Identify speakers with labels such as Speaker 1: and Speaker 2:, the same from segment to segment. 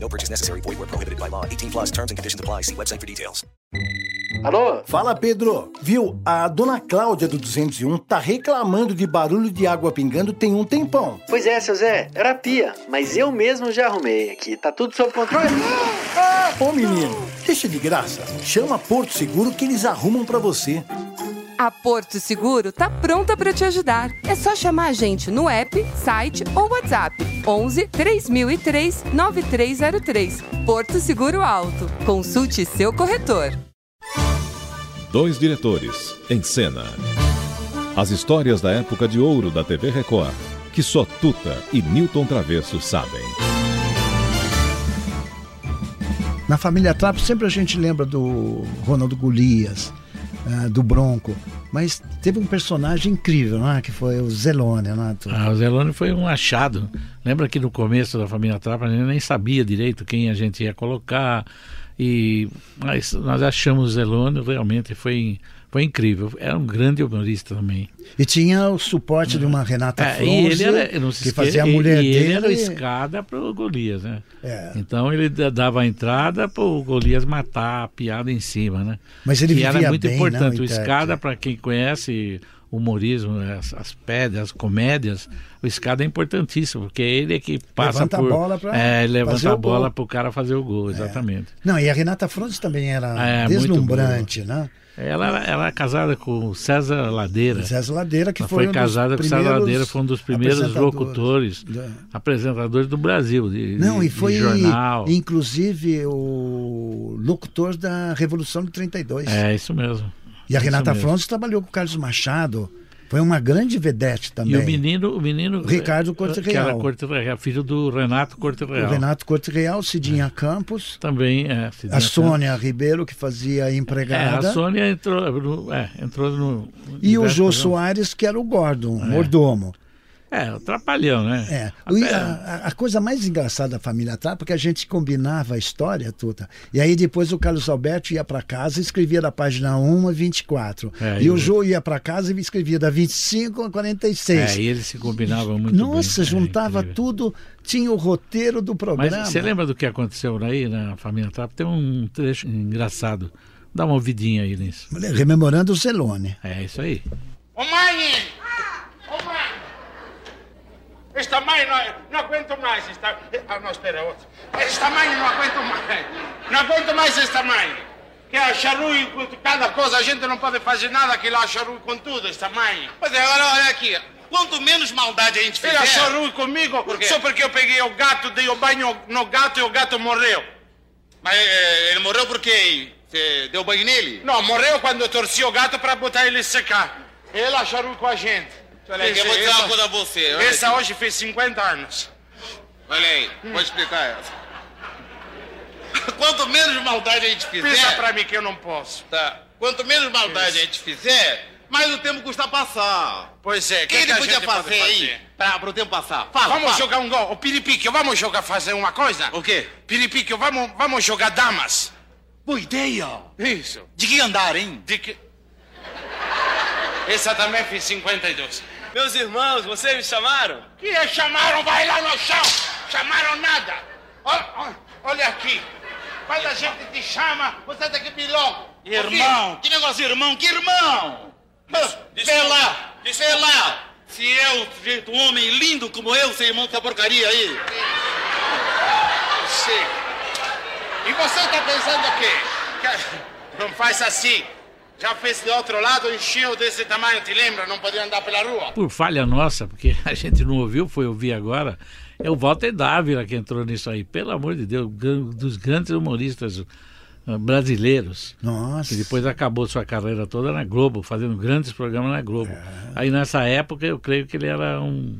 Speaker 1: No purchase necessary. Void where prohibited by law. 18 plus terms and conditions apply. See website for details.
Speaker 2: Alô?
Speaker 3: Fala, Pedro. Viu? A dona Cláudia do 201 tá reclamando de barulho de água pingando tem um tempão.
Speaker 2: Pois é, seu Zé, era a pia, mas eu mesmo já arrumei aqui. Tá tudo sob controle?
Speaker 3: Ô, Tá menino, deixa de graça. Chama Porto Seguro que eles arrumam pra você.
Speaker 4: A Porto Seguro tá pronta para te ajudar. É só chamar a gente no app, site ou WhatsApp. 11 3003 9303. Porto Seguro Alto. Consulte seu corretor.
Speaker 5: Dois diretores em cena. As histórias da época de ouro da TV Record, que só Tuta e Newton Travesso sabem.
Speaker 6: Na família Trapo sempre a gente lembra do Ronaldo Golias, ah, do Bronco, mas teve um personagem incrível, né? que foi o Zelone, né? Arthur?
Speaker 7: Ah, o Zelone foi um achado. Lembra que no começo da família Trapa a gente nem sabia direito quem a gente ia colocar. E mas nós achamos o Zelone realmente foi, foi incrível. Era um grande humorista também.
Speaker 6: E tinha o suporte de uma Renata
Speaker 7: É,
Speaker 6: Froze,
Speaker 7: eu não se
Speaker 6: Tá que
Speaker 7: esque-
Speaker 6: fazia a
Speaker 7: e-
Speaker 6: mulher
Speaker 7: e
Speaker 6: dele.
Speaker 7: ele era o escada pro Golias, né?
Speaker 6: É.
Speaker 7: Então ele da- dava a entrada pro Golias matar a piada em cima, né?
Speaker 6: Mas ele
Speaker 7: que
Speaker 6: vivia
Speaker 7: era muito
Speaker 6: bem, né,
Speaker 7: importante.
Speaker 6: não,
Speaker 7: o
Speaker 6: Itaca?
Speaker 7: escada, para quem conhece humorismo, as, as pedras, as comédias, o escada é importantíssimo, porque ele é que passa
Speaker 6: Levanta a
Speaker 7: por
Speaker 6: bola pra
Speaker 7: é, ele
Speaker 6: fazer
Speaker 7: levanta
Speaker 6: o
Speaker 7: a bola
Speaker 6: gol. É.
Speaker 7: pro cara fazer o gol, exatamente.
Speaker 6: Não, e a Renata Fronze também era
Speaker 7: É, muito
Speaker 6: deslumbrante, né?
Speaker 7: Ela, ela é casada com o César Ladeira.
Speaker 6: César Ladeira, que
Speaker 7: Ela
Speaker 6: foi,
Speaker 7: foi
Speaker 6: um dos
Speaker 7: casada com o César
Speaker 6: primeiros
Speaker 7: Ladeira, foi um dos primeiros
Speaker 6: apresentadores.
Speaker 7: locutores,
Speaker 6: Da-
Speaker 7: apresentadores do Brasil, de,
Speaker 6: Não,
Speaker 7: de-
Speaker 6: e foi
Speaker 7: de jornal.
Speaker 6: inclusive o locutor da Revolução de 32.
Speaker 7: É, isso mesmo.
Speaker 6: e a
Speaker 7: Isso
Speaker 6: Renata
Speaker 7: mesmo.
Speaker 6: Frontes trabalhou com o Carlos Machado, foi uma grande vedete também.
Speaker 7: E o menino, o menino eh,
Speaker 6: Ricardo Corte
Speaker 7: que era
Speaker 6: Real.
Speaker 7: Corte Real, filho do Renato Corte
Speaker 6: O
Speaker 7: Real. É.
Speaker 6: Renato Corte Real, Cidinha Campos,
Speaker 7: também é. se
Speaker 6: a
Speaker 7: diz,
Speaker 6: Sônia Ribeiro, que fazia a
Speaker 7: né? É, a
Speaker 6: empregada,
Speaker 7: Sônia entrou no, é, entrou no
Speaker 6: e o
Speaker 7: diversos
Speaker 6: Jô
Speaker 7: programas.
Speaker 6: Soares, que era o Gordon, mordomo.
Speaker 7: É, o trapalhão, né?
Speaker 6: É.
Speaker 7: A-
Speaker 6: E a, a- a coisa mais engraçada da família Trapa é que a gente combinava a história, Tuta. E aí depois o Carlos Alberto ia para casa e escrevia da página 1 a 24.
Speaker 7: É,
Speaker 6: e
Speaker 7: e
Speaker 6: o
Speaker 7: o-
Speaker 6: Jô ia para casa e escrevia da 25 a 46.
Speaker 7: É, e eles se combinavam muito bem.
Speaker 6: Nossa,
Speaker 7: É,
Speaker 6: juntava
Speaker 7: incrível.
Speaker 6: tudo, tinha o roteiro do
Speaker 7: Mas
Speaker 6: programa.
Speaker 7: você lembra do que aconteceu aí na família Trapa? Tem um trecho engraçado. Dá uma ouvidinha aí nisso.
Speaker 6: Rememorando o Zelone.
Speaker 7: É isso aí.
Speaker 8: Ô mãe! Ô mãe! Esta mãe não, não aguento mais. Esta... Ah, não, espera, outra. Esta mãe não aguento mais. Não aguento mais esta mãe. Que acha ruim com cada coisa, a gente não pode fazer nada que ela acha ruim com tudo, esta mãe.
Speaker 9: Pois é, agora olha aqui. Quanto menos maldade a gente
Speaker 8: Ela achou
Speaker 9: fizer...
Speaker 8: ruim comigo
Speaker 9: Por quê?
Speaker 8: só porque eu peguei o gato, dei o banho no gato e o gato morreu.
Speaker 9: Mas é, ele morreu por quê? hein? Você deu banho nele?
Speaker 8: Não, morreu quando eu torci o gato para botar ele secar. Ela achou ruim com a gente.
Speaker 9: Olha aqui, eu vou dizer uma coisa a você. Olha,
Speaker 8: essa hoje fez 50 anos.
Speaker 9: olha aí, vou explicar essa. Quanto menos maldade a gente fizer...
Speaker 8: Pensa pra mim que eu não posso.
Speaker 9: Tá. Quanto menos maldade a gente fizer, mais o tempo custa passar.
Speaker 8: Pois é,
Speaker 9: O que, ele
Speaker 8: a
Speaker 9: podia
Speaker 8: gente pode
Speaker 9: fazer, aí pra, pro tempo passar? Fala,
Speaker 8: Vamos
Speaker 9: fala.
Speaker 8: jogar um gol. Ô, Piripíquio, vamos jogar fazer uma coisa?
Speaker 9: O quê?
Speaker 8: Piripíquio, vamos, vamos jogar damas.
Speaker 9: Boa ideia.
Speaker 8: Isso.
Speaker 9: De que andar, hein?
Speaker 8: De que... Essa também fez 52.
Speaker 10: Meus irmãos, vocês me chamaram?
Speaker 8: Que é? chamaram, vai lá no chão. Chamaram nada. Ó, ó, olha aqui. Quando a gente te chama, você tem que vir logo.
Speaker 9: Irmão, que negócio de irmão? Que irmão? Vê lá, vê lá. Se eu, jeito um homem lindo como eu, ser irmão dessa porcaria aí.
Speaker 8: Sim. E você tá pensando o quê? Que- Não faz assim. Já fez do outro lado, encheu desse tamanho, Ah, te lembra? Não podia andar pela rua.
Speaker 7: por falha nossa, porque a gente não ouviu, foi ouvir agora, é o Walter Dávila que entrou nisso aí. Pelo amor de Deus, gran- dos grandes humoristas ah, brasileiros.
Speaker 6: Nossa.
Speaker 7: Que depois acabou sua carreira toda na
Speaker 6: É.
Speaker 7: Globo, fazendo grandes programas na Globo. Aí nessa época eu creio que ele era um,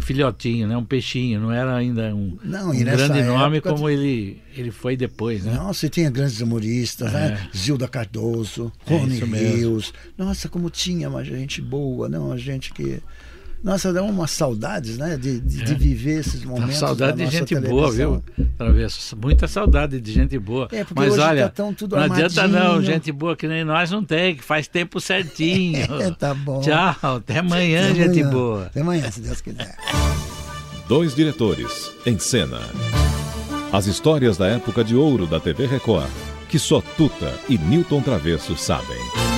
Speaker 7: filhotinho, né? Um peixinho, não era ainda um,
Speaker 6: Não,
Speaker 7: um
Speaker 6: e nessa
Speaker 7: grande nome
Speaker 6: época-
Speaker 7: como ele, ele foi depois, né?
Speaker 6: Nossa, e tinha grandes humoristas, né?
Speaker 7: É.
Speaker 6: Zilda Cardoso,
Speaker 7: É
Speaker 6: Rony
Speaker 7: isso mesmo.
Speaker 6: Rios. Nossa, como tinha uma gente boa, não? Uma gente que. Nossa, dá umas saudades, né? De, de- de
Speaker 7: É.
Speaker 6: viver esses
Speaker 7: Tá
Speaker 6: momentos.
Speaker 7: saudade
Speaker 6: da
Speaker 7: de
Speaker 6: nossa
Speaker 7: gente boa,
Speaker 6: televisão.
Speaker 7: viu? Travesso. Muita saudade de gente boa.
Speaker 6: É, porque
Speaker 7: Mas
Speaker 6: hoje tá
Speaker 7: olha,
Speaker 6: tão tudo
Speaker 7: não adianta
Speaker 6: armadinho.
Speaker 7: não, gente boa que nem nós não tem, que faz tempo certinho.
Speaker 6: É, tá bom.
Speaker 7: Tchau, até amanhã,
Speaker 6: Até
Speaker 7: gente
Speaker 6: amanhã.
Speaker 7: boa.
Speaker 6: Até amanhã, se Deus quiser.
Speaker 5: Dois diretores em cena. As histórias da época de ouro da TV Record, que só Tuta e Newton Travesso sabem.